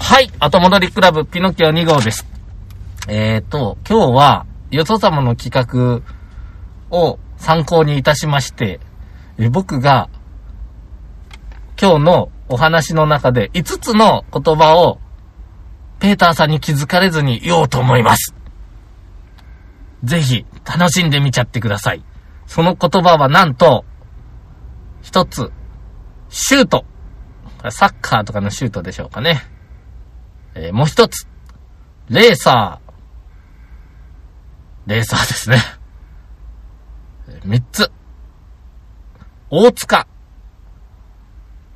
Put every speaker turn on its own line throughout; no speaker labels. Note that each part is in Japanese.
はい、後戻りクラブピノキオ2号です。えーと、今日は、よそ様の企画を参考にいたしまして、え僕が、今日のお話の中で5つの言葉を、ペーターさんに気づかれずに言おうと思います。ぜひ、楽しんでみちゃってください。その言葉はなんと、一つ、シュート。サッカーとかのシュートでしょうかね。えーもう一つ、レーサー。レーサーですね。えー三つ、大塚。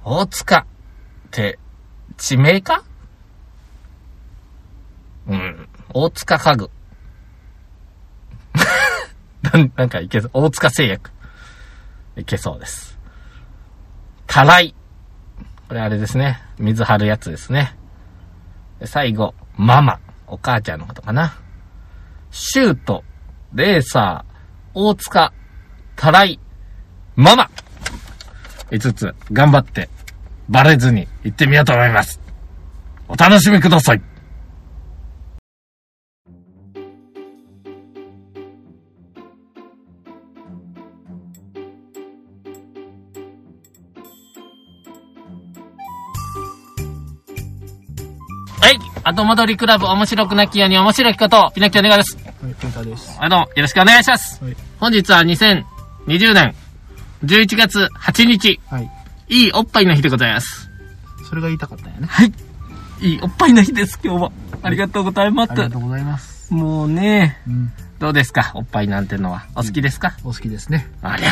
大塚って、地名かうん。大塚家具。 なんなんかいけそう。大塚製薬。いけそうです。たらい。これあれですね。水張るやつですね。で最後、ママ。お母ちゃんのことかな。シュート、レーサー、大塚、たらい、ママ。5つ、頑張って、バレずに行ってみようと思います。お楽しみください。はい。後戻りクラブ面白くなきように面白きことを、ピノキオネガです。
はい、ペンタです。
はい、どうも、よろしくお願いします。
はい。
本日は2020年11月8日、
はい。
いいおっぱいの日でございます。
それが言いたかったんやね。
いいおっぱいの日です、今日は。ありがとうございま
ありがとうございます。
もうね、
うん。
どうですか、おっぱいなんてのは。お好きですか、
お好きですね。
ありゃ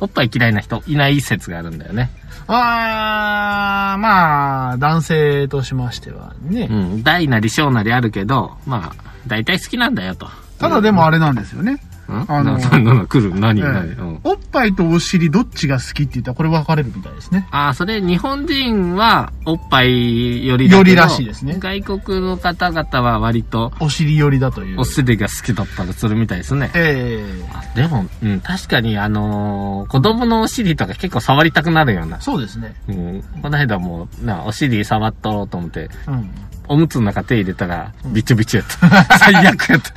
おっぱい嫌いな人いない説があるんだよね。
あー、まあ、男性としましてはね。
うん。大なり小なりあるけど、まあ、大体好きなんだよと。
ただでもあれなんですよね。
うん
あの
ななな来る何
ええ
何、うん
おっぱいとお尻どっちが好きって言ったらこれ分かれるみたいですね。
ああ、それ日本人はおっぱいよりだけど
よりらしいですね
外国の方々は割と
お尻寄りだという。
お尻が好きだったりするみたいですね。
ええ
あでも、うん、確かにあのー子供のお尻とか結構触りたくなるような。
そうですね。
うん、この間もな、お尻触っとろうと思って、
うん。
おむつの中手入れたら、ビチュビチュや った。最悪やった。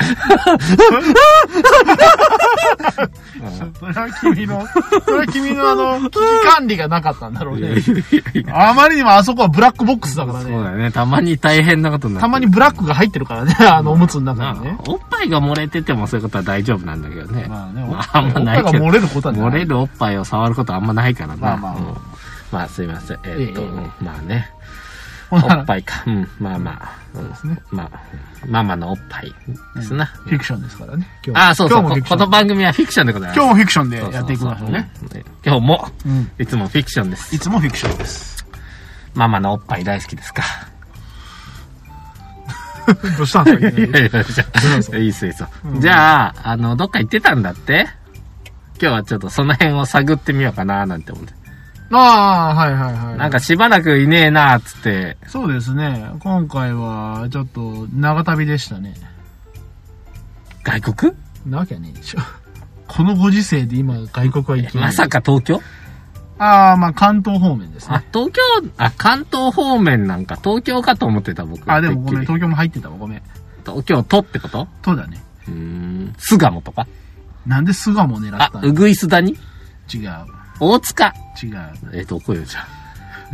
それは君の、それは君の あの、危機管理がなかったんだろう
いやい
ね
や。いやいや
あまりにもあそこはブラックボックスだから
そう
ね。
だよね。たまに大変なことになって
た
る
まにブラックが入ってるからね、あのおむつの中にね
な。あおっぱいが漏れててもそういうことは大丈夫なんだけどね。
まあね、お
ま
っ
ああんまない
ぱい
け
が
ど
漏。れることはない。
漏れるおっぱいを触ることはあんまないからな。
まあまあ
うんまあすいません。えーっと、
ええ
うんまあ ね。
ほ
お
な
っぱいか。うん、まあまあ。うん
ですね
まあ、ママのおっぱいですな。
フィクションですからね。今日
ああ、そうそう。
今
こ
日もフィ
こ
クショ
の
ン。
番組はフィクションでございます。
今日もフィクションで
そうそう
やっていきましょうね。
そうそう。うん今日も、
うん
いつもフィクションです。
いつもフィクションです。
ママのおっぱい大好きですか。
どうしたんですかいき
いや
な
や
いり
いや、じゃ
そう
あ、
そ
いいっす、いいっす。じゃあ、あの、どっか行ってたんだって今日はちょっとその辺を探ってみようかななんて思って。
ああ、はいはいはい。
なんかしばらくいねえなーっつって、
そうですね。今回は、ちょっと、長旅でしたね。
外国
なわけねえでしょ。このご時世で今、外国は行き
まさか
か。
東京
ああ、まあ、関東方面です
あ
ね。、
東京、あ、関東方面なんか東京かと思ってた僕。
あ、でもご
てっ
めん、
きり
東京も入ってたわ、ごめん。
東京都ってこと
そうだね。
うーん。巣鴨とか
なんで巣鴨狙
あ
った、の
うぐいすだに
違う。
大塚。
違う。
え、どこよ、じゃあ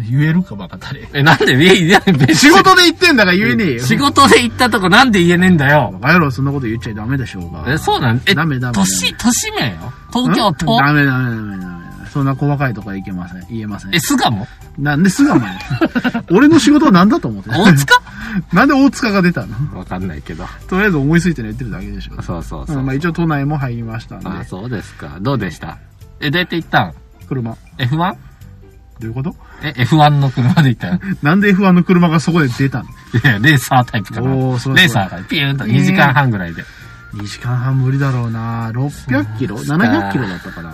言えるか、バカたれ。
え、なんで、いや、別
仕
に
事で行ってんだから言えねえよ。
仕事で行ったとこなんで言えねえんだよ。
バカ野郎、そんなこと言っちゃダメでしょうが。
え、そうなんえ、
ダメダメダメ
都市、都市名よ東京
ん
都。
ダメダメダメダメダメ。そんな細かいとこはいけません。言えません
え、。巣鴨
なんで 巣鴨や俺の仕事は何だと思ってんの
大塚
なんで大塚が出たの
わかんないけど。
とりあえず思いついての言ってるだけでしょ。
そうそうそうう。
んまあ一応都内も入りましたんで。
あ、そうですか。どうでしたえ、どうやって行ったん
車。ど
?F1?
ういうこと
え、F1 の車で行った よ。
なんで F1 の車がそこで出たの
いや、レーサータイプかな。
おーそうそう
レーサーがピューンと2時間半ぐらいで。
?2 時間半無理だろうな600キロ
うっすか
?700 キロだったかな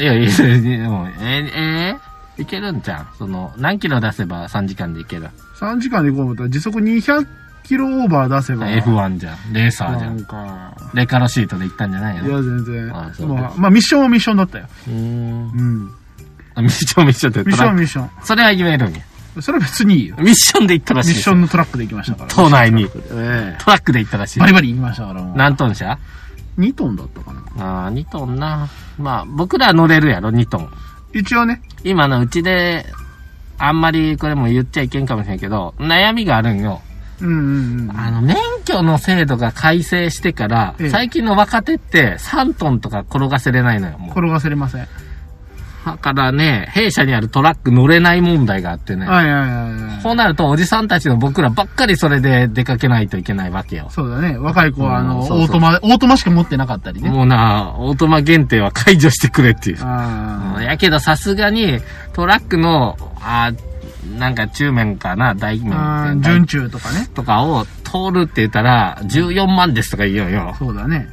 い
やいや、でもえー、えーいけるんじゃん。その、何キロ出せば3時間でいける。
?3 時間で行こう思ったら時速200キロオーバー出せば。
F1 じゃん。レーサーじゃ。
なんんか。
レカロシートで行ったんじゃない
い
の
や、全然。
あそう
まあ、まあ、ミッションはミッションだったよ。
うーん。
うん。
あ、みっちょみっちょって
ミッ
ト
ション
ラ
は
ッ
ミッション。
ク。それは言えるんや。
それは別にいいよ。
ミッションで行ったら
ミ
しい
ッ
です
ションのトラックで行きましたから。
島内に
ええ
トラックで行ったらしい
バ。リバリ行きましたから、もう。
何トン車
2トンだったかな。
ああ、2トンな。まあ、僕ら乗れるやろ、2トン。
一応ね、
今のうちで、あんまりこれも言っちゃいけんかもしれんけど、悩みがあるんよ。
うんうんうん。
あの、免許の制度が改正してから
ええ、
最近の若手って3トンとか転がせれないのよ、もう。
転がせれません。
だからね、弊社にあるトラック乗れない問題があってね。
はいはいはいはい。
こうなるとおじさんたちの僕らばっかりそれで出かけないといけないわけよ。
そうだね。若い子は、あの、
うん
オ
そうそう
ートマ、オートマしか持ってなかったりね。
もうな、オートマ限定は解除してくれっていう。
あ
やけどさすがにトラックの、あーなんか中面かな、大
ー
面
あー、
大
準中とかね。
とかを通るって言ったら、14万ですとか言うよ。
そうだね。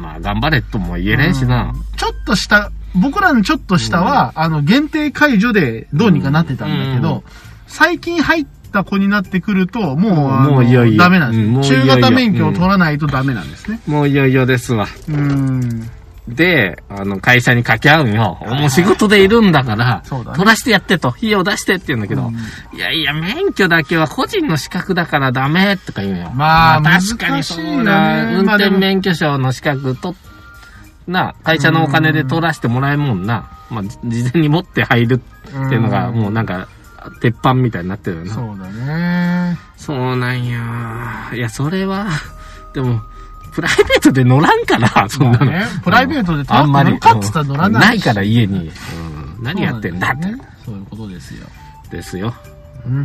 まあ、頑張れとも言えれんしな。
ちょっとした、僕らのちょっとしたは、あの、限定解除でどうにかなってたんだけ
うんう
ど、最近入った子になってくると、もう、あの
もういよいよ
ダメな
うん
ん
も
で
ういよ
す。
いよ
中型免許を取らないとダメなんですね。
もういよいよですわ。
うん。
で、あの、会社に掛け合うんよ。もう仕事でいるんだから、
そうだね
取らしてやってと、費用出してって言うんだけど、いやいや、免許だけは個人の資格だからダメとか言うんよ。
まあ
確かにそう
難しいよ
だ。
ね
運
まあ
転
でも
免許証の資格と、な、会社のお金で取らしてもらえんもんな。まあ、じ事前に持って入るっていうのが、
うん
もうなんか、鉄板みたいになってるよな。
そうだね。
そうなんや。いや、それは、 でも、プライベートで乗らんから、そんなの。
まあねプライベートでトラ
あ
ック
んまり
乗るかっつったら乗らないし
ないから、家に。うん何やってんだって。
そういうことですよ。
ですよ。
うん。
も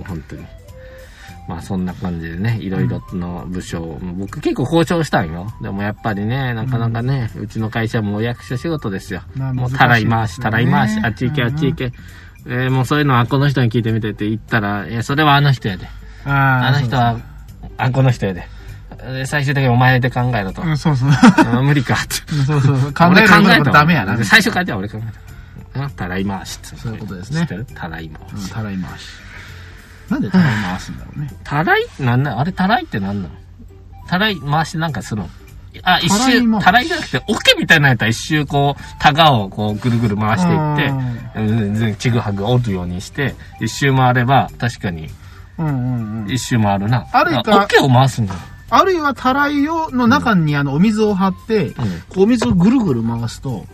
う本当に。まあそんな感じでね、いろいろの部署を、僕結構交渉したんよ。でもやっぱりね、なかなかね、うちの会社もお役所仕事ですよ。
まあ
もう
難しい
たらい回
です
し、
ね
たらい回し、あっち行け、あっち行け。えーもうそういうのはこの人に聞いてみてって言ったら、いや、それはあの人やで。
あ
あの人は、あ、この人やで。で最終的にお前で考えろと。
うん、そうそう。
あ無理かって。
そうそう。考え
俺
る
考
の
え
も
たわ
ダメやな。みたいな
最初からじゃあ俺考えた。あたらい回しって。
そういうことですね
知ってるたらい回
うん
し。
たらい回し。なんでたらい回すんだろうね。
たらいなんなんあれたらいってなんなのたらい回しなんかするのあ、一
たらい
周、
回し
たらいじゃなくて、オケみたいなやつは一周こう、タガをこうぐるぐる回していって、うん全ちぐはぐ折るようにして、一周回れば、確かに、
うんうんうん。
一周回るな。
歩
だ
いた
からオケを回すんだよ。
あるいはたらいを、の中にあの、お水を張って、こうお水をぐるぐる回すと、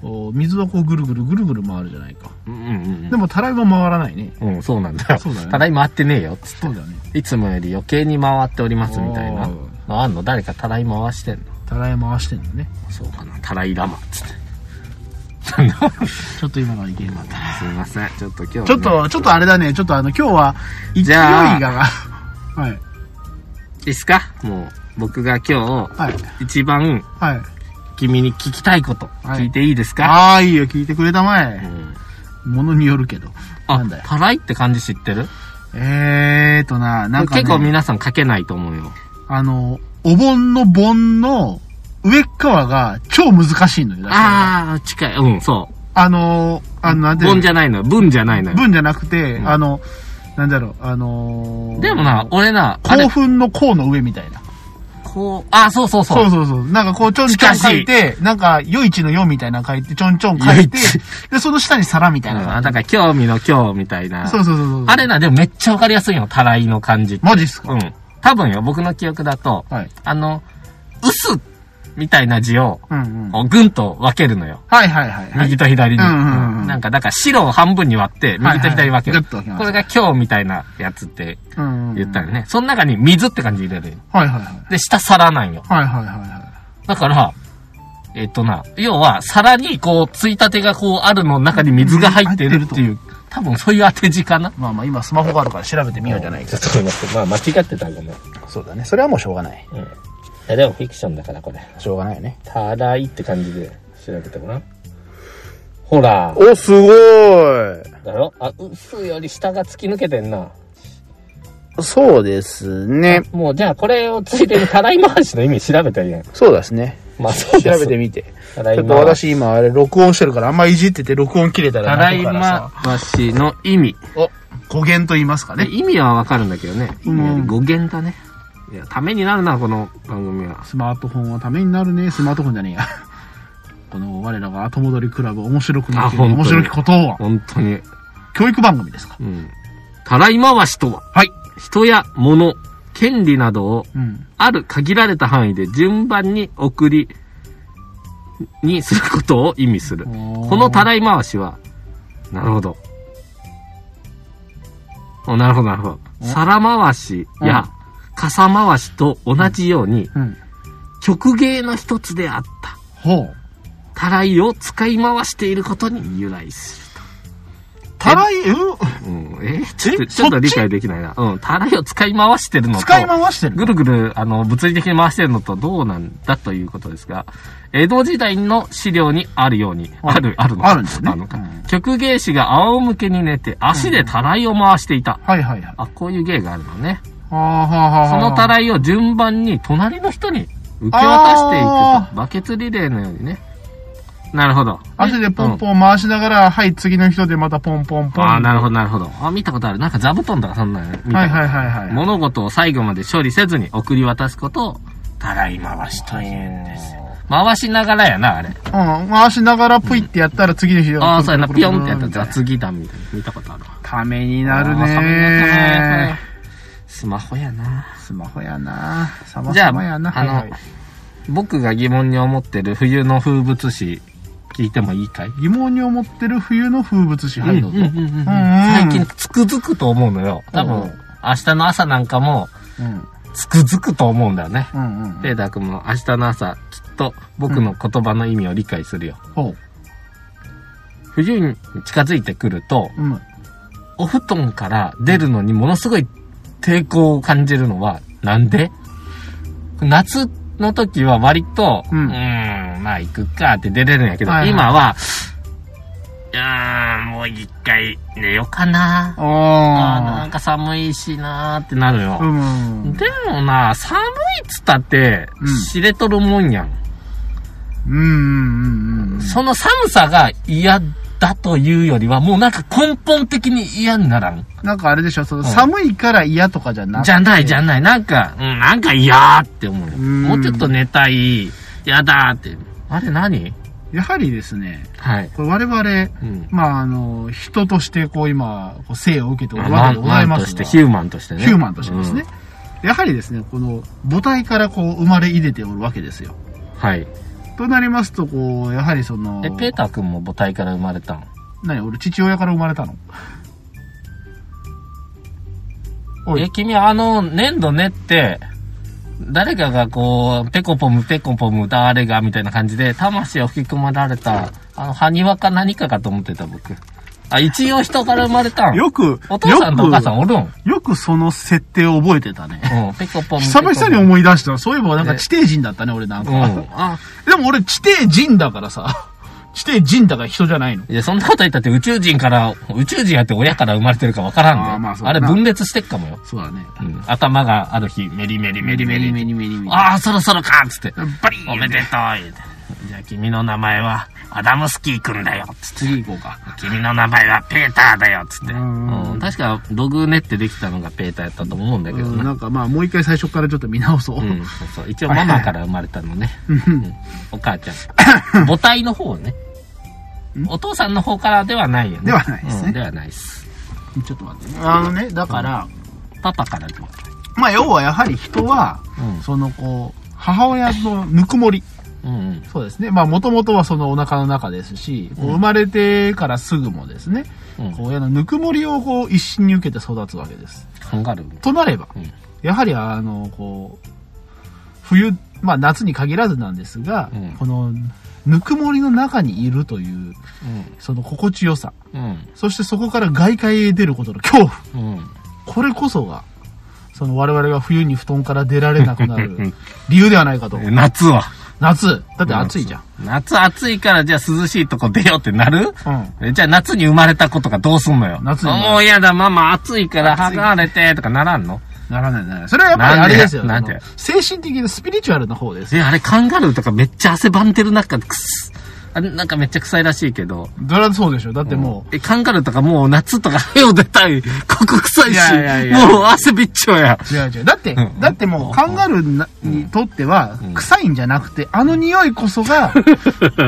こう水はこうぐるぐるぐるぐる回るじゃないか。
うんうん
でもたらいは回らないね。
うん。うん、そうなんだよ。
そうだよね
たらい回ってねえよ。つっ
そうだね。
ていつもより余計に回っておりますみたいな
おー。
あんの誰かたらい回してんの
たらい回してんのね。
そうかな、たらいラマっつって。 なんだ
ちょっと今のは意見があった。
すいません、ちょっと今日、ね。
ちょっと、ちょっとあれだね。ちょっとあの、今日は、勢い
じ
が、
ゃあ
はい。
いいですかもう、僕が今
はい。
日、一番
はい。
君に聞きたいこと、
はい
聞いていいですか、
ああ、いいよ。聞いてくれたま
う
え。
ん
ものによるけど。な
あ
んだよ、。
たらいって漢字知ってる
えーとな、なんか、ね、
結構皆さん書けないと思うよ。
あの、お盆の盆の上っ側が超難しいのよ。だから
あー、近い。うん、そ
あの、あの、なん
う。
ていう
文
の
じゃないのよ。文じゃないのよ。
文じゃなくて、
うん
あの、なんだろう、あのー
でもな、俺な、あ
興
れ、
奮の甲の上みたいな。
こう、あー、そうそうそ
そう
う。
そうそう。なんかこう、ちょんちょん書いて、なんか、余市の余みたいなの書いて、ちょんちょん書い
余
て
市、
で、その下に皿みたい
うん
なのがあ
あ、
って
だから、興味の興みたいな。
そうそうそうそう。
あれな、でもめっちゃわかりやすいよ。たらいの漢字って。
マジっすか、
うん。多分よ、僕の記憶だと、
はい。
あの、薄みたいな字を、
うんうん。
こうぐんと分けるのよ。
はいはいはいはい。
右と左に。
うんうんうん
なんか、だから白を半分に割って、右と左に分ける。
はいはいグッと分けます
これが今日みたいなやつって
うんうん。
言ったよね。その中に水って感じ入れるよ。
はいはいはい。
で、下皿なんよ。
はいはいはいはい。
だから、えっとな、要は、皿にこう、ついたてがこうあるの中に水が入ってるっていう、多分そういう当て字かな。
まあまあ今スマホがあるから調べてみようじゃないか。
ちょっと待って、まあ間違ってたごめん。
そうだね。それはもうしょうがない。
うん。いや、でもフィクションだからこれ。
しょうがないよね。
たらいって感じで調べてごらん。ほら。
お、すごい。
だろあ、薄より下が突き抜けてんな。
そうですね。
もうじゃあこれをついてるたらい回しの意味調べたらいいやん。
そうですね。
まあそう
調
です
べてみて。
たら
ち
い
ょっと
回し。
私今あれ録音してるからあんまいじってて録音切れた
た
ら
らい
後からさ
回しの意味。
お、語源と言いますか
ね、
ね。
意味はわかるんだけどね。意
うん
味より語源だね。いや、ためになるな、この番組は。
スマートフォンはためになるね。スマートフォンじゃねえや。 この我らが後戻りクラブ面白くなって
あ本当に
面白きことを
本当に。
教育番組ですか
うん。たらい回しとは、
はい。
人や物、権利などを
うん。
ある限られた範囲で順番に送り、にすることを意味する。こ
こ
のたらい回しは、なるほど。おなるほど、なるほど。皿回しや傘回しと同じように、
うん。
曲芸の一つであった。
ほう。
たらいを使い回していることに由来す
たらい、うん
る。うん、えーちょっと、
え
ちょっと
そっち
理解できないな。うん、たらいを使い回してるのと、
使い回してる
ぐるぐる、あの、物理的に回してるのとどうなんだということですが、江戸時代の資料にあるように、ある、あるの
あるんですね
のか
うん
曲芸師が仰向けに寝て、足でたらいを回していた。
はいはいはい。
あ、こういう芸があるのね。
はあはあはあ
そ
はあ
のたらいを順番に隣の人に受け渡していく
あ
と。バケツリレーのようにね。なるほど。
足でポン
ン。
ポン回しながら、はい、次の人でまたポンポン
うん
ポン。
ああ、なるほど、なるほど。あ、見たことある。なんか座布団とかそんなのね見たことあ
は
る
いはいはいはい。
物事を最後まで処理せずに送り渡すことを、たらい回しというんです。回しながらやな、あれ。
うん、回しながらぷいってやったら次の人
ああ、そうやな、ピヨンってやったら
雑。
雑技団みたいな。見たことあるわ。
ためになる
あーためになった
ね
ねスマホやな。
スマホやなさま
じゃ
さ
あ、
まやな
あの、
はいはい
僕が疑問に思ってる冬の風物詩、聞いてもいいかい
疑問に思ってる冬の風物詩。はい、どうぞ。
うんう
うんん
うんうん
ん
最近つくづくと思うのよ。多
うん
分、明日の朝なんかも、つくづくと思うんだよね。
うんうん。
ペーダー君も明日の朝、きっと僕の言葉の意味を理解するよ。
ほう。
冬に近づいてくると、
うん。
お布団から出るのにものすごい抵抗を感じるのは、なんで夏の時は割と、う
うん
ーん、まあ行くかって出れるんやけど、
はいはい
今は、いやーもう一回寝ようかな。あーな
あ
んか寒いしなーってなる
あ。う
よ。
ん。
でもな、寒いっつったって
うん、
知れとるもんやん。
うんうんうんうん。
その寒さが嫌だというよりは、もうなんか根本的に嫌にならん。
なんかあれでしょ、その寒いから嫌とかじゃなく
じ
て
ゃないじゃない。なんか、うん、なんか嫌ーって思うよ。
うん
もうちょっと寝たい。嫌だーって。あれ何
やはりですね、
はい。
これ我々、
うん。
まあ、あの、人として、こう、今、こう生を受けておるわ
マ
けで
ン
ござい
マン
ま
と
す
し
が
て、ヒューマンとしてね。
ヒューマンとしてですね。やはりですね、この母体からこう生まれ入れておるわけですよ。
うん。はい。
となりますと、こう、やはりその、
え、ペーター君も母体から生まれたん
何俺父親から生まれたのおい
え、君あの、粘土練って、誰かがこう、ペコポムペコポム歌われがみたいな感じで、魂を吹き込まれた、あの、埴輪か何かかと思ってた僕。あ、一応人から生まれたん。
よく、
お父さんとお母さん
よ
おるん。うん。
く、よくその設定を覚えてたね。
ペコポム。
久々に思い出したのそういえばなんか地底人だったね、俺なん
う
か。
ん。あ、
でも俺地底人だからさ、地底人だから人じゃないの。
いや、そんなこと言ったって宇宙人から、宇宙人やって親から生まれてるかわからんで。
あ
あ
ーまあそうだ
れ
な
分裂してっかもよ。
そうだね。
うん。頭がある日、メリメリメリメリ。
メリメリメリ。
ああ、そろそろかっつって。
バリーン
おめでとう言うてじゃあ君の名前は、アダムスキー君だよ。つって
次行こうか。
君の名前はペーターだよ。つって。
うん
うん。確か、ログネってできたのがペーターやったと思うんだけど
うん
な。
なんかまあもう一回最初からちょっと見直そう。
うん、そうそう。一応ママから生まれたのね。
うん
お母ちゃん。母体の方ね。お父さんの方からではないよね。
ではないですね
うんではないです。
ちょっと待ってね。あのね、だから、
パパからでも。
まあ要はやはり人は、そのこう、母親のぬくもり。
うん。うんうん。
そうですね。まあもともとはそのお腹の中ですし、こう生まれてからすぐもですね、
うん
こう親のぬくもりをこう一心に受けて育つわけです。
カンガルー。
となれば、
うん
やはりあの、こう、冬、まあ夏に限らずなんですが、
うん
このぬくもりの中にいるという、その心地よさ、
うん。
そしてそこから外界へ出ることの恐怖。
うん。うん。
これこそが、その我々が冬に布団から出られなくな る理由ではないかと。
え夏は。
夏、だって暑いじゃん。
夏暑いからじゃあ涼しいとこ出ようってなる
うん。
えじゃあ夏に生まれた子とかどうすんのよ。
夏に生まれた
もう嫌だ、ママ暑いから
暑い
離れてとかならんの
ならないならない。それはやっぱりあれですよ。
な
あ
ん
の
で
精神的でスピリチュアルな方です。
え、あれカンガルーとかめっちゃ汗ばんでる中でくっす。あれなんかめっちゃ臭いらしいけど。
ドラそうでしょ。だっても
え、カンガルーとかもう夏とか早う出たい。 ここ臭いし。
いやいやいや
もう汗びっちょや。
う、違う違う。だって
うん、
だってもうカンガルーなにとっては臭いんじ ゃなくて、あの匂いこそが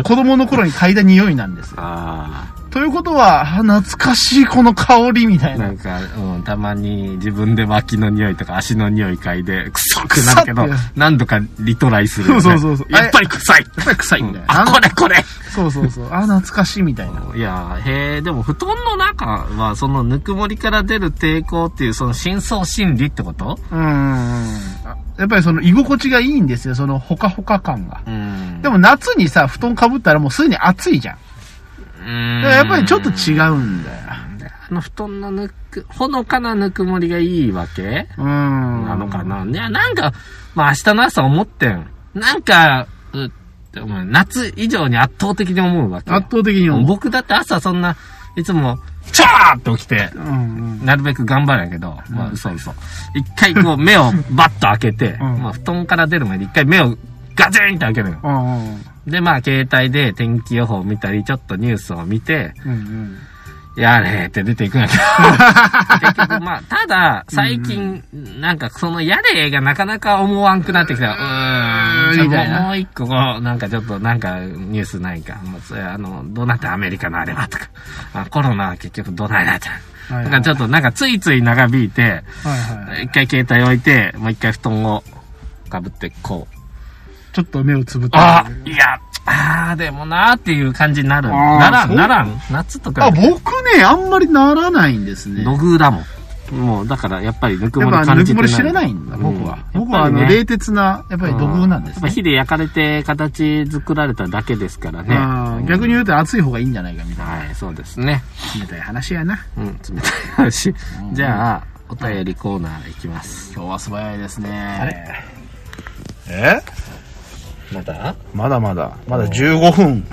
子供の頃に嗅いだ匂いなんですよ。
ああ。
ということは、あ懐かしいこの香りみたい
な
な。
んか、うん、たまに自分で脇の匂いとか足の匂い嗅いで、くそってなるけど
くそっ、
何度かリトライするよ、ね。
そうそうそう
やっぱり臭い。
臭い
うん
みたいな。
あ、これこれ
そうそう そう。あ、懐かしいみたいな。
いやーへえ、でも布団の中は、そのぬくもりから出る抵抗っていう、その深層心理ってこと
うん。あやっぱりその居心地がいいんですよ。そのほかほか感が。
うん。
でも夏にさ、布団かぶったらもうすでに暑いじゃん。
うん
だからやっぱりちょっと違うんだよ。
あの布団のぬく、ほのかなぬくもりがいいわけ
うん。
な
な
のかないや、なんか、まあ明日の朝思ってん。なんか、うって思う夏以上に圧倒的に思うわけ。
圧倒的に思う。
僕だって朝そんな、いつも、チャーって起きて、
うんうん。
なるべく頑張るんやけど、まあ嘘嘘。一回こう 目をバッと開けて、
うん
まあ布団から出る前に一回目をガチンって開けるよ。
うんうん。
でまあ携帯で天気予報見たり、ちょっとニュースを見て、
うんうん。
やれって出ていくんやけど。結局、まあ、ただ、最近、なんかそのやれがなかなか思わんくなってきた。うーん、じゃあ
みたいな
もうもう一個、こうなんかちょっと、なんかニュースないか。もうそれあの、どうなってアメリカのあれはとか。あコロナは結局どうないなって。
はい
だからちょっとなんかついつい長引いて、
はいはい。
一回携帯置いて、もう一回布団をかぶってこう。
ちょっと目をつぶって。
あいや、あーでもなーっていう感じになる。
あー
ならん、
そう
ならん。夏とか
あ、。僕ね、あんまりならないんですね。
土偶だもん。もう、だから、やっぱりぬく
や
も
っ
り
ぱ、
感
ぬ
じて
くも
ない。
り知らないんだ、僕は。
うん
僕は、あの、
やっぱりね
冷徹な、やっぱり毒なんです
やっぱ
ね。
火で焼かれて形作られただけですからね。
あー逆に言うと暑い方がいいんじゃないかみたい
はい、そうですね。
な。冷たい話やな。
うん、冷たい話。じゃあ、お便りコーナーいきます。
今日は素早いですね。
え
また
まだまだ。まだ15分。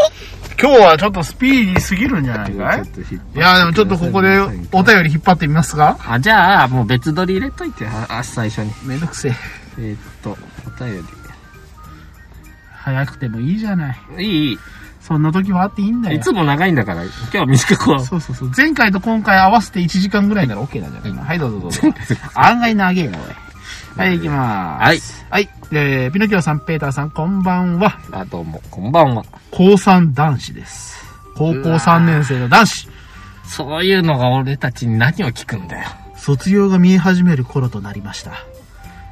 今日はちょっとスピーディーすぎるんじゃないかいいや、でもちょっとここでお便り引っ張ってみますか
あ、じゃあ、もう別撮り入れといて、あ、あ最初に。
めんどくせえ。
えーっと、お便
早くてもいいじゃない。
り。いいい
そんな時もあっていいんだ
い、
よ。
いつも長いんだから、今日は短くこう。
そうそうそう。前回と今回合わせて1時間ぐらいなら OK なんじゃないかな。はい、どうぞどうぞ。案外長えな、おい。はい、行きまーす。はい。えー、ピノキオさん、ペーターさん、こんばんは。
あ、どうも、こんばんは。
高3男子です。高校3年生の男子。
そういうのが俺たちに何を聞くんだよ。
卒業が見え始める頃となり ました。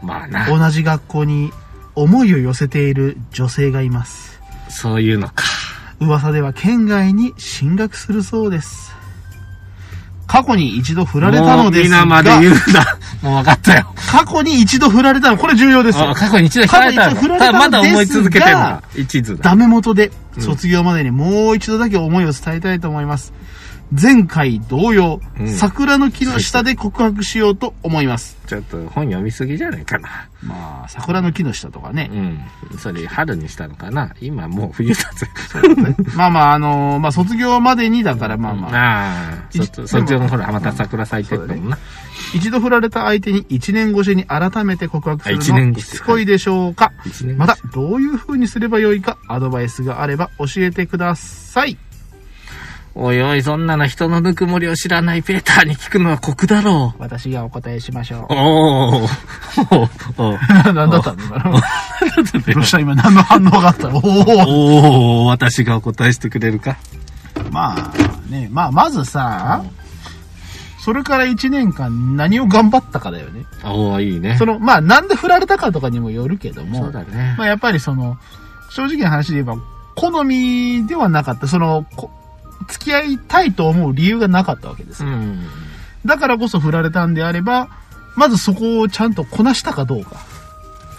まあな、
同じ学校に思いを寄せている女性がいます。
そういうのか。
噂では県外に進学するそうです。過去に一度振られたのです
も
が、
う皆まで言うんだ。 もう分かったよ。
過去に一度振られたの、これ重要ですよ
あ。過去に一度振られた
過去に一度
の。
振られた
た
の
だまだ思い続けてる
です
の
が。
一途だ。
ダメ元で、卒業までにもう一度だけ思いを伝えたいと思います。前回同様、
うん
桜の木の下で告白しようと思います。
ちょっと本読みすぎじゃないかな。
まあ、桜の木の下とかね
う。ん。それ春にしたのかな。今もう冬だぜ。
まあまあ、あのーまあ、卒業までにだから、まあまあ、
ああ。そ
でも
そっちのほら、また桜咲いてるもんな。
一度振られた相手に一年越しに改めて告白する
あ一年越
のも
し
しつこいでしょうか
一年越し
また、どういう風にすればよいか、アドバイスがあれば教えてください。
おいおい、そんなの人のぬくもりを知らないペーターに聞くのは酷だろう。
私がお答えしましょう。
おーおお
何だったんだろう。どうした今何の反応があったの おお
おお私がお答えしてくれるか。
まあね、まあまずさ、それから1年間何を頑張ったかだよね。
おおいいね。
その、まあなんで振られたかとかにもよるけども、
そうだね
ま。あやっぱりその、正直な話で言えば、好みではなかった、その、こ付き合いたいと思う理由がなかったわけです
う
よ。
ん。
だからこそ振られたんであれば、まずそこをちゃんとこなしたかどうか。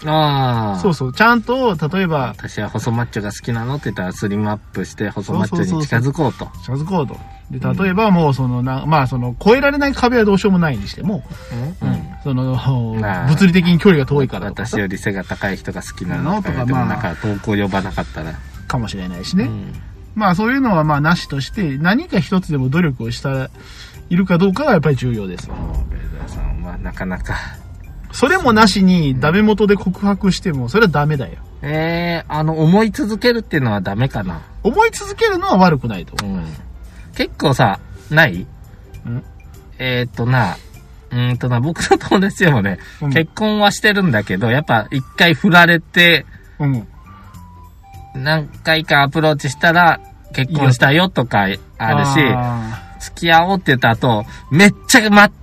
ああ。
そうそう、ちゃんと、例えば、
私は細マッチョが好きなのって言ったらスリムアップして細マッチョに近づこうと。
近づこうと。で、例えばもうその、なまあその、越えられない壁はどうしようもないにしても、
うん
その、
まあ
物理的に距離が遠いからとか
私
さ
より背が高い人が好きな
な
の
の
と
と
か
か
まあ、
まあ
なんか遠く呼ばなかったら。
かもしれないしね。
うん
まあそういうのはまあなしとして、何か一つでも努力をした、いるかどうかがやっぱり重要ですわ。
ベルダーさんはなかなか。
それもなしに、ダメ元で告白しても、それはダメだよ。
えー、あの、思い続けるっていうのはダメかな。
思い続けるのは悪くないと
う。ん。結構さ、ない
ん
えー、っとな、うーんとな、僕の友達でもね、
うん
結婚はしてるんだけど、やっぱ一回振られて、
うん。
何回かアプローチしたら、結婚したよとかあるし、
あ
付き合おうって言った後、めっちゃ、ま、考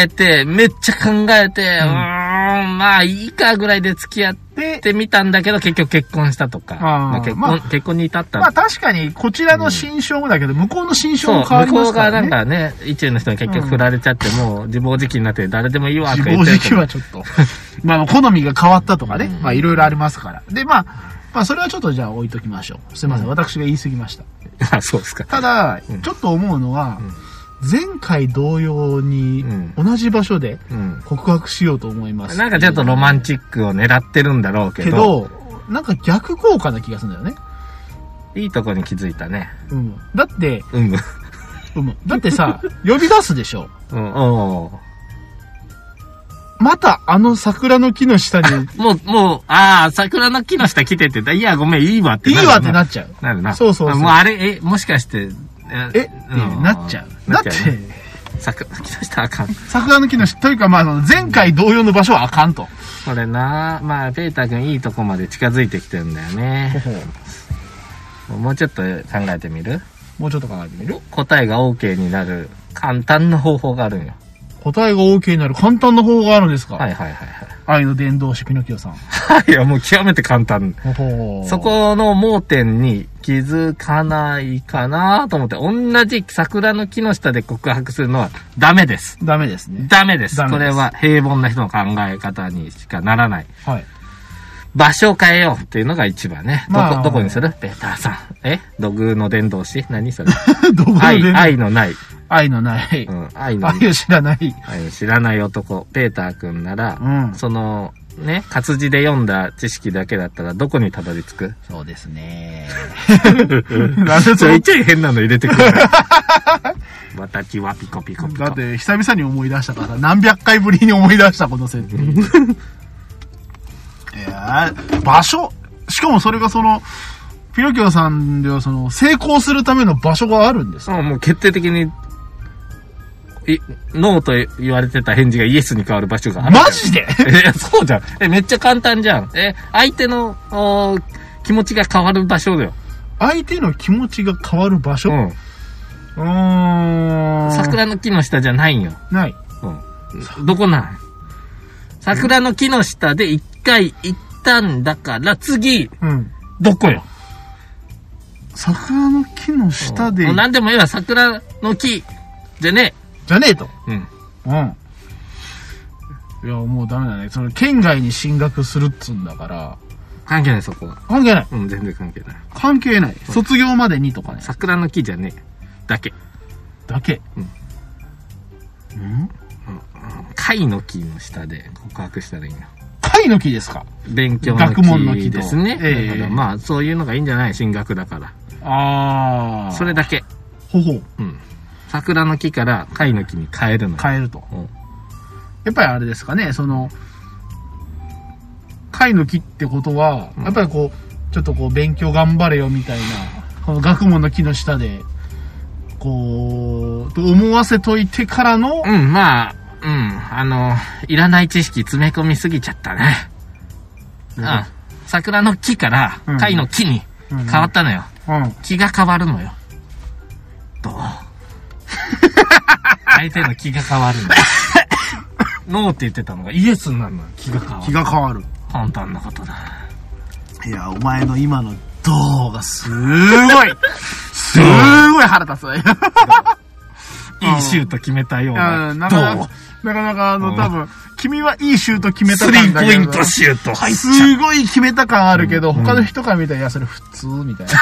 えて、めっちゃ考えて、うーん、まあいいかぐらいで付き合っ
ーで、
てみたんだけど、結局結婚したとか、
あー
まあ結婚、
まあ
結婚に至った。
まあ確かに、こちらの新章もだけど、向こうの新章
そう、
も変わ
向
りま
こ
す
う
か
がな
ら
ん
ね。
かね、一円の人に結局振られちゃって、もう自暴自棄になって誰でもいいわとか
自
言
暴
って
自
るけ
棄
ど。
はちょっ と。まあ、好みが変わったとかね。まあ、いろいろありますから。で、まあ、まあ、それはちょっとじゃあ置いときましょう。すいません。私が言い過ぎました。
あ、そうですか。
ただ、ちょっと思うのは、前回同様に
うん、
同じ場所で
うん。
告白しようと思います。
なんかちょっとロマンチックを狙ってるんだろうけ
け
ど、
ど、なんか逆効果な気がするんだよね。
いいとこに気づいたね。
うん。だって、
うん。
うん。だってさ、 呼び出すでしょ。
うん、おー
またあの桜の木の下に、
もう、もう、ああ、桜の木の下来てって言ったら、いや、ごめん、いいわって
いい
なる
わってなっちゃう。
なるな。
そうそうそう
もうあれ、え、もしかして、
えってなっちゃう。だって、
桜の木の下あかん。
桜の木の下、というかまあ、その前回同様の場所はあかんと。
これな、まあ、ペーター君いいとこまで近づいてきてるんだよ ね。もうちょっと考えてみる
もうちょっと考えてみる
答えが OK になる簡単な方法があるんよ。
答えが OK になる簡単な方法があるんですか、
はいはいはいはい。
愛の伝道師ピノキオさん。
はい や、もう極めて簡単。そこの盲点に気づかないかなと思って、同じ桜の木の下で告白するのはダメです。
ダメですね。
ダメです。
ダメです
これは平凡な人の考え方にしかならない。
はい。
場所を変えようっていうのが一番ね。
まあ
どこ、どこにするペーターさん。え土偶の伝道師何 それ
どこ
愛
で、
愛のない。
愛のない、
うん、愛のない。
愛を知らない。
愛を知らない男、ペーター君なら、
うん
その、ね、活字で読んだ知識だけだったらどこにたどり着 く
そうですね。 なんで
ち
そ
ょ
れ
いちょい変なの入れてくる から。わたきはピコピコピコ。
だって、久々に思い出したから、何百回ぶりに思い出したこの設定。いやー場所しかもそれがその、ピノキオさんではその、成功するための場所があるんです
そう、もう決定的に、い、ノーと言われてた返事がイエスに変わる場所がある。
マジで
いや、そうじゃん。え、めっちゃ簡単じゃん。え、相手の、おー気持ちが変わる場所だよ。
相手の気持ちが変わる場所
う。
うんーん。
桜の木の下じゃないんよ。
ない。
うん。どこなん桜の木の下で一回行ったんだから、次、
うん。
どこよ。
桜の木の下で
もう、何でもいいわ、桜の木、じゃね
じゃねえと。
え。うん。
うん。いや、もうダメだね。その、県外に進学するっつうんだから、
関係ない、そこは。
関係ない。
うん、全然関係ない。
関係ない。卒業までにとかね。
桜の木じゃねえ。だけ。
だけ。うん。
貝の木の下で告白したらいいの。
貝の木ですか
勉強の
学問の木
木
と
ですね。
ええ
だからまあ、そういうのがいいんじゃない進学だから。
ああ。
それだけ。
ほほ、
うん。桜の木から貝の木に変えるの。
変えると。
うん
やっぱりあれですかね、その、貝の木ってことは、
ん
やっぱりこう、ちょっとこう、勉強頑張れよみたいな、この学問の木の下で、こう、と思わせといてからの、
うん、まあ、うん、あの、いらない知識詰め込みすぎちゃったね。うん。桜の木から
うん
貝の木に変わったのよ。
うん。
気が変わるのよ。 どう相手の気が変わる の。ノーって言ってたのがイエスになるのよ。気が変わ
気
る。
が変わる。
簡単なことだ。
いや、お前の今の、どうがすごいすごい腹立つ わ。
いいシュート決めたような。
うんな
ど
かな
う
か、なかなかあ
うん
の、多分、君はいいシュート決めた
ス
感
リ
だけど
ーポイントシュート入っちゃう。
すごい決めた感あるけど、他の人から見たら、いや、それ普通み たいな。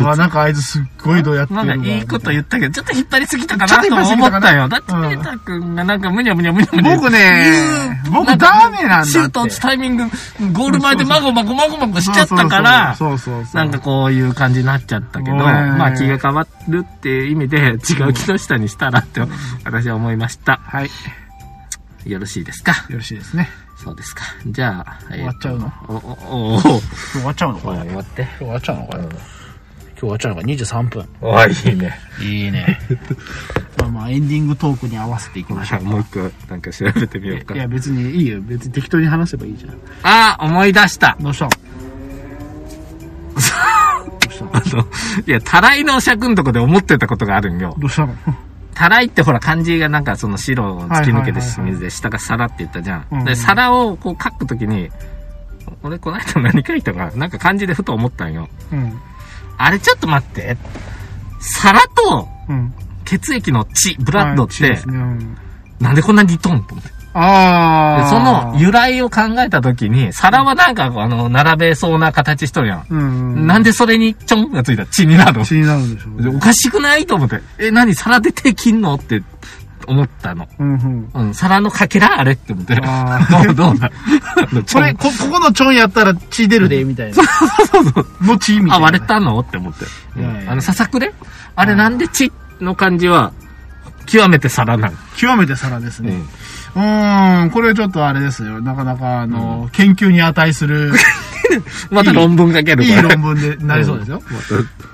うわ、なんかあいつすっごいどうやってる
な
わ。
んかいいこと言
っ
ったけど、ちょっと引っ張りすぎたか
ちょっ
な
と引
と
っ張りすぎ
思
たか
った
な
よ。だって、ペ
うん
ーター君がなんかむにゃむにゃむにゃむにゃ。
僕ね、僕ダメなんだって。
シュート打つタイミング、ゴール前でまごまごまごまごしちゃったから、
そうそうそう。
なんかこういう感じになっちゃったけど、
うん
まあ気が変わるっていう意味で違う木下にしたらって私は思いました。
はい。
よろしいですか
よろしいですね。
そうですか。じゃあ、終
終わっちゃうの
お、お、お、お、
終わっちゃうのか
お
な今
い終わって。
日終わっちゃうのかな今日終わっちゃうのか ?23 分。
おい、いいね。
いいね。 まあまあ、エンディングトークに合わせていきましょう。
もう一個なんか調べてみようか
い。や、別にいいよ。別に適当に話せばいいじゃん。
ああ、思い出した。
どうしたのどうししたの
あの、いや、たらいの尺んとこで思ってたことがあるんよ。
どうしたの
たらいってほら漢字がなんかその白を突き抜けて清
はいはいはい
水で下が皿って言ったじゃ
うんう
ん。
ん
で、皿をこう書くときに、俺この間何書いたか、なんか漢字でふと思ったんよ。
うん。
あれちょっと待って。皿と
うん。
血液の血、ブラッドっ
はいそう
て
です、ねうん
なんでこんなに似とんと思って。でそ
ああ。
の由来を考えたときに、皿はなんかあの、並べそうな形しとるやん。
うんうん。
なんでそれにちょんがついた血になるの
気になるんでしょ
で
う。
おかしくないと思って。え、何皿で手切んのって思ったの。
うんうん。
うん、皿のかけらあれって思って。
あー
どうどう だあのち
こ
ょ
れ、
ん
こ、ここのチョンやったら血出るで、みたいな。の血みたいな。
あ、割れたのって思って。
いやいや
あの、ささくれあれなんで血の感じは、極めて皿なの。
極めて皿ですね。
う
うーん、これちょっとあれですよ。なかなか、あの、研究に値 する、
ん。また論文かける
いい
から。
論文でなりそうですよ。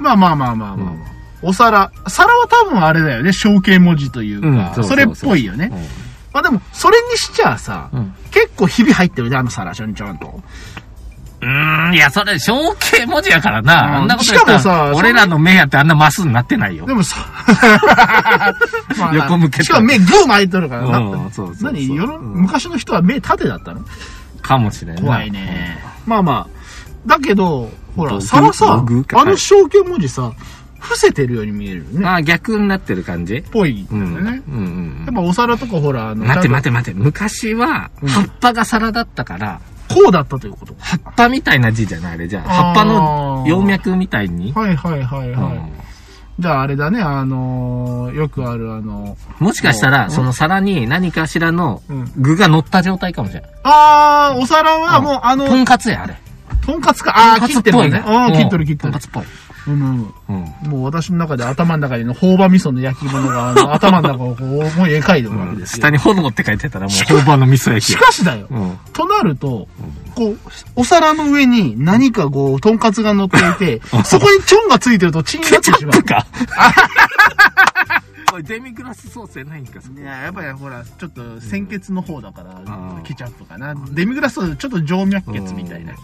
まあまあまあまあまあまあ。お皿。皿は多分あれだよね。象形文字という
うん
か、
そうそうそう
それっぽいよね。まあでも、それにしちゃあさ、
うん
結構ひび入ってるね、あの皿、ちょんちょんと。
うん、いや、それ、象形文字やからな。
うん
あんなこと言った
しかも
ら、
さ
俺らの目やってあんなマスになってないよ
で。もさ、 まあ
横向けた
しかも目グー巻いとるからな。
うんそうそうそう
何世の
うん
昔の人は目縦だったの
かもしれんない。
怖いね。まあまあ。だけど、
道
ほら、
具
皿さ
道具、か
あの象形文字さ、伏せてるように見えるよ
うん。
ね。
あー逆になってる感じ
ぽいんだ
う
よ
ん。うん
ね。
うん
やっぱお皿とかほら、あの、
待て待て
て。
待て、昔は、葉っぱが皿だったから、
こうだったということ。
葉っぱみたいな字じゃないあれじゃあ。葉
あー
っぱの葉脈みたいに。
はいはいはいはい。じゃああれだね、あのーよくあるあの
うんもしかした
う
ら、
ん
その皿に何かしらの
うん
具が乗った状態かもしれない。
あー、お皿は
うん
もうあ
と
の、
んかつや、あれ。
とんかつか、あー、
とんか
切
つ
っ
ってぽ
る
い
ね
ね。。
あ
うん
ー、切ってる切って
とん
る
か。つっぽい。
うんうん。
うん。
もう私の中で頭の中にの朴葉味噌の焼き物が あの頭の中をこう思い描いてるわけですよ
下。に炎って書いてたらもう評判の味噌焼き
し
や。
かしだよ。
うん。
となると、こう、お皿の上に何かこう、とんかつが乗って いて、そこにチョンがついてるとチンにな
ケ
って
チ
し
ャッ
まう
プ。 か。これデミグラスソースやないんか、そ
いや、やっぱりほら、ちょっと鮮血の方だから
ん、
ケチャップかな。デミグラスとちょっと静脈血みたいな
うん。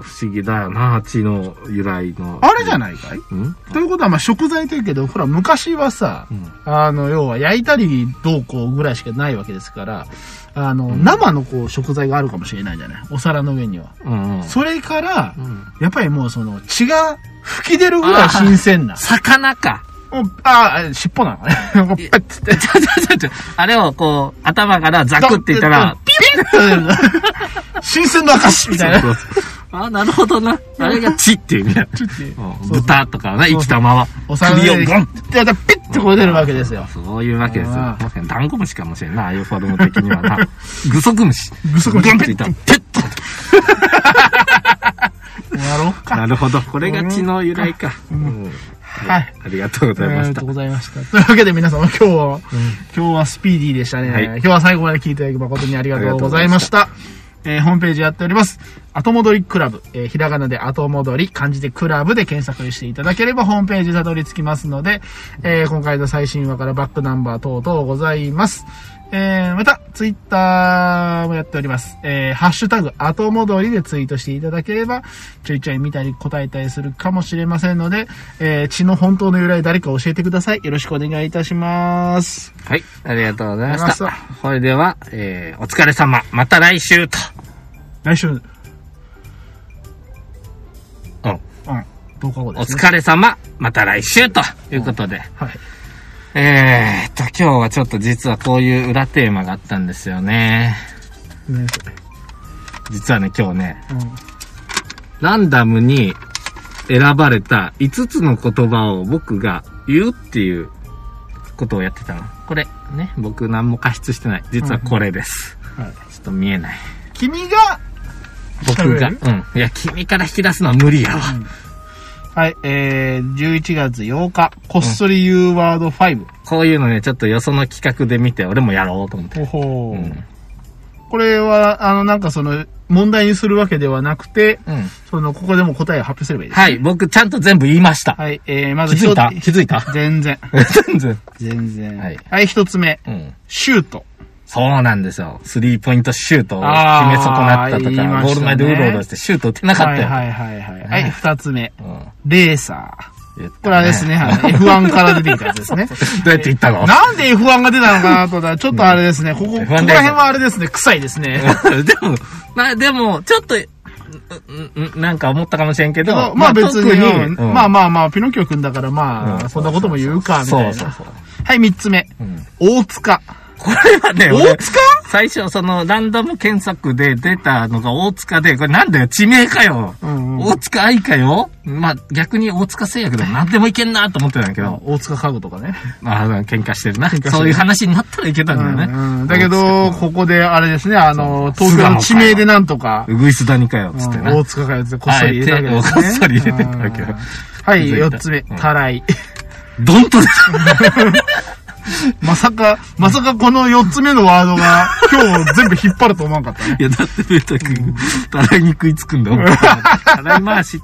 不思議だよな、血の由来の。
あれじゃないかい
うん
ということは、まあ、食材というけど、ほら、昔はさ、
ん
あの、要は焼いたりどうこうぐらいしかないわけですから、あの、生のこう、食材があるかもしれないじゃないお皿の上には。
うんうん。
それから、
ん
やっぱりもうその、血が吹き出るぐらい新鮮な。
魚か。
もうあーあ、尻尾なの ね。もうパッつって。
ちょちょちょちょ、あれをこう、頭からザクって言ったら、
ピリッと新鮮な証みたいな。
あ、なるほどな。あれが血っていう意味だ。うん豚とかね、生きたまま。
お皿の
首
上
を
に
ゴンって。
ピッてこう出るわけですよ。
そういうわけですよ。
あ
もしかダンゴムシかもしれんな、ああいうフォルム的にはな。グソクムシ。
グソクムシ
ゴンって言ったら、ペッと。
やろうか。
なるほど。これが血の由来か。うん
はい。
ありがとうございま
あり
し
が
た
とう。ございました。というわけで皆様今日は、今日はスピーディーでしたね、
はい
今日は最後まで聞いていただき誠にありがとうございました。えーホームページやっております。後戻りクラブ。えーひらがなで後戻り、漢字でクラブで検索していただければホームページたどり着きますので、えー今回の最新話からバックナンバー等々ございます。えーまた、ツイッターもやっております。えーハッシュタグ、後戻りでツイートしていただければ、ちょいちょい見たり答えたりするかもしれませんので、えー血の本当の由来誰か教えてください。よろしくお願いいたします。
はい。ありがとうございまし
あ
た
りがとうござい。
それでは、えーお疲れ様。また来週と。
来週、うん、
うん。
10日後
お
です、ね。
疲れ様。また来週ということで。
はい。
えーっと、今日はちょっと実はこういう裏テーマがあったんですよね。
ね、
実はね、今日ね、
うん。
ランダムに選ばれた5つの言葉を僕が言うっていうことをやってたの。これ、ね、僕何も加筆してない。実はこれです。
はい。
ちょっと見えない。
君が、
僕が、
喋
うん。いや、君から引き出すのは無理やわ。
はい、えー、11月8日、こっそり言うワード5。
こういうのね、ちょっとよその企画で見て、俺もやろうと思って。
ほほー
うん
これは、あの、なんかその、問題にするわけではなくて、
うん。
その、ここでも答えを発表すればいいです。
はい、僕ちゃんと全部言いました。
はい、えー、まず
気づいた
一つ
気づいた
全然。
全然。
全然。
はい
はい、一つ目。
うん。
シュート。
そうなんですよ。スリーポイントシュートを決め損なったと
あー言い
か、
ましたね
ゴール前でうろうろしてシュート打てなか
は
った
い
よ。
はいはいはい。はい、二つ目。
うん
レーサー。
言ったね
これはですね、。あの F1 から出てきたやつで すね。
どうやって言ったの
なんで F1 が出たのかなとだ、ちょっとあれですね、ここ、ここ
F1
ら辺はあれですね、臭い ですね。
でも、まあでも、ちょっと、んんんなんか思ったかもしれんけ
け
ど、
どまあ別に、
特うん
まあまあまあ、ピノキオ君だからま
う
あ、
ん
そんなことも言うか、みたいな。
そうそうそう
はい、三つ目。
ん
大塚。
これはね、俺
大塚
最初、その、ランダム検索で出たのが大塚で、これなんだよ、地名かよ。
うんうん
大塚愛かよ。まあ、逆に大塚製薬でも何でもいけんなと思ってたんだけど、
大塚家具とかね。
まあ、喧嘩してるな
してる
そういう話になったらいけたんだよね。
うんうんだけど、ここであれですね、あの、東京の地名でなんとか、
うぐいす谷かよ、つって
うん
な。
大塚かよってこっそり入れたわけですね。
あえてこっそり入れてたわけよ
うんはい、
気づい
四
た
つ目
うん、
たらい。
ドンとだ
まさか、まさかこの四つ目のワード が、今日全部引っ張ると思わなかったね。
いや、だって、ベタ君、たらいに食いつくんだよ。たらい回し。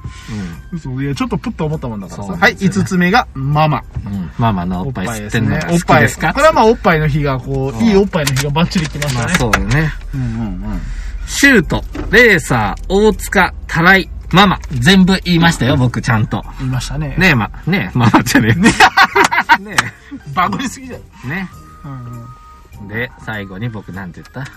嘘いや、ちょっとプッと思ったもんだか
そ
らさ。
うなん
は
で
い、五つ目が、ママ。
うん。ママのおっぱい吸ってんのが
お
好
っ
き
ぱい
で
ですす
か
ね。おっぱい。これはまあ、おっぱいの日が、こう、いいおっぱいの日がバッチリ来まし
ま
た
あ、
ね。
そうよね。
うんうんうん。
シュート、レーサー、大塚、たらい、ママ。全部言いましたよ、僕、ちゃんと。
いましたね。
ねえ、ま、ねえ、ママじゃね え。ね
バグりすぎだよ。
え。ね
うんうん。
で、最後に僕なんて言った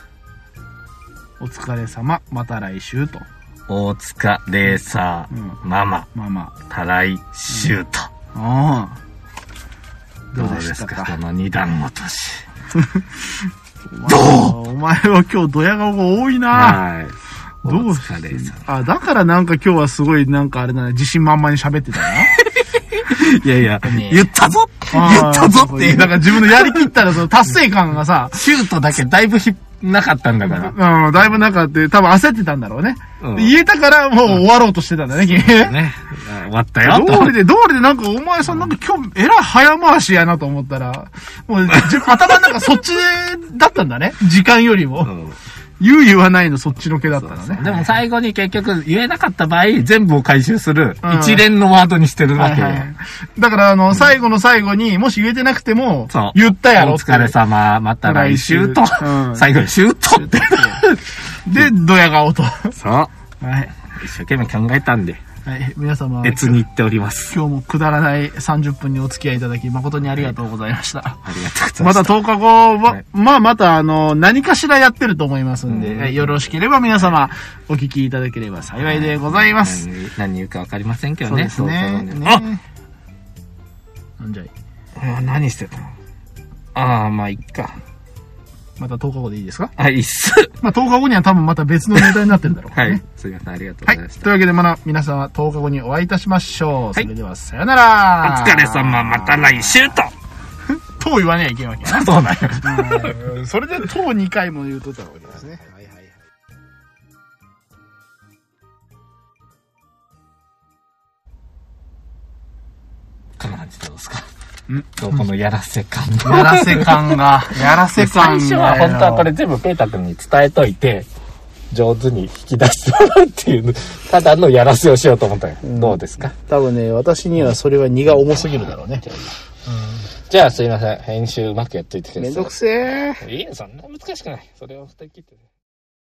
お疲れ様、また来週と。
大塚、レーサー、ママ、
ママ。
たらい、シュート。
ああ。どうで
で
し
すか
たか
この二段落とし。
どうお前は今日ドヤ顔が多いな
はい。
どう
大
し
塚レーサ
あ、だからなんか今日はすごいなんかあれだね、自信満々に喋ってた な。
ー。いやいや、
ね
言ったぞ言ったぞっていう。
なんか自分のやりきった らその達成感がさ、
シュートだけだいぶひ、なかったんだから。
うん、だいぶなんかって、多分焦ってたんだろうね。
うん
言えたからもう終わろうとしてたんだね、君。
ね。終わったよ。
どうりで、どうりでなんかお前さんなんか今日、えらい早回しやなと思ったら、もう じ頭の中そっちだったんだね。時間より
う
も。
ん
言う言わないのそっちのけだったのね。
でも最後に結局言えなかった場合、全部を回収する
うん
一連のワードにしてる
は
わ
い
けよ
は。い。だからあの、最後の最後に、もし言えてなくても
そう、。
言ったやろ
お疲れ様、また来週と
来週う。ん
最後にシュートって。
で、ドヤ顔と。は
そう。
い。
一生懸命考えたんで、
はい。皆様。
別に言っております。
今日もくだらない30分にお付き合いいただき誠にありがとうございました。
ありがとうござい
ま
ま
た
す。
10日後は、
はい
まあまたあの、何かしらやってると思いますんで、
うん
はいよろしければ皆様お聞きいただければ幸いでございます。
何何言うかわかりませんけど
そう
ね。
ですね。
そうそう
ね
あ
なんじゃい。
あ何してたのああ、まあ、いっか。
また10日後でいいですか
あ、いっ す。
まあ10日後には多分また別のネタになってるだろうか
は
らね
い。。すみません、ありがとうご
はい。
ざいまし
と
た。
いうわけでまだ皆様10日後にお会いいたしましょう。
はい
それではさよなら。
お疲れ様、また来週と。
と言わねえいけんわけや
そうなんよ。
な。うんそれでと2回も言うとったわけですね。はいはいはい。
こんな感じでどうですかどうこのやらせ感
やらせ感 が、やらせ感
最
が。
初は本当はこれ全部ペータ君に伝えといて、上手に引き出してもらうっていう、ただのやらせをしようと思ったよ。どうですか
多分ね、私にはそれは荷が重すぎるだろうね。
じゃあすいません。編集うまくやっといてください。
めんどくせえ。
いいよ、そんな難しくない。それを二人きってね。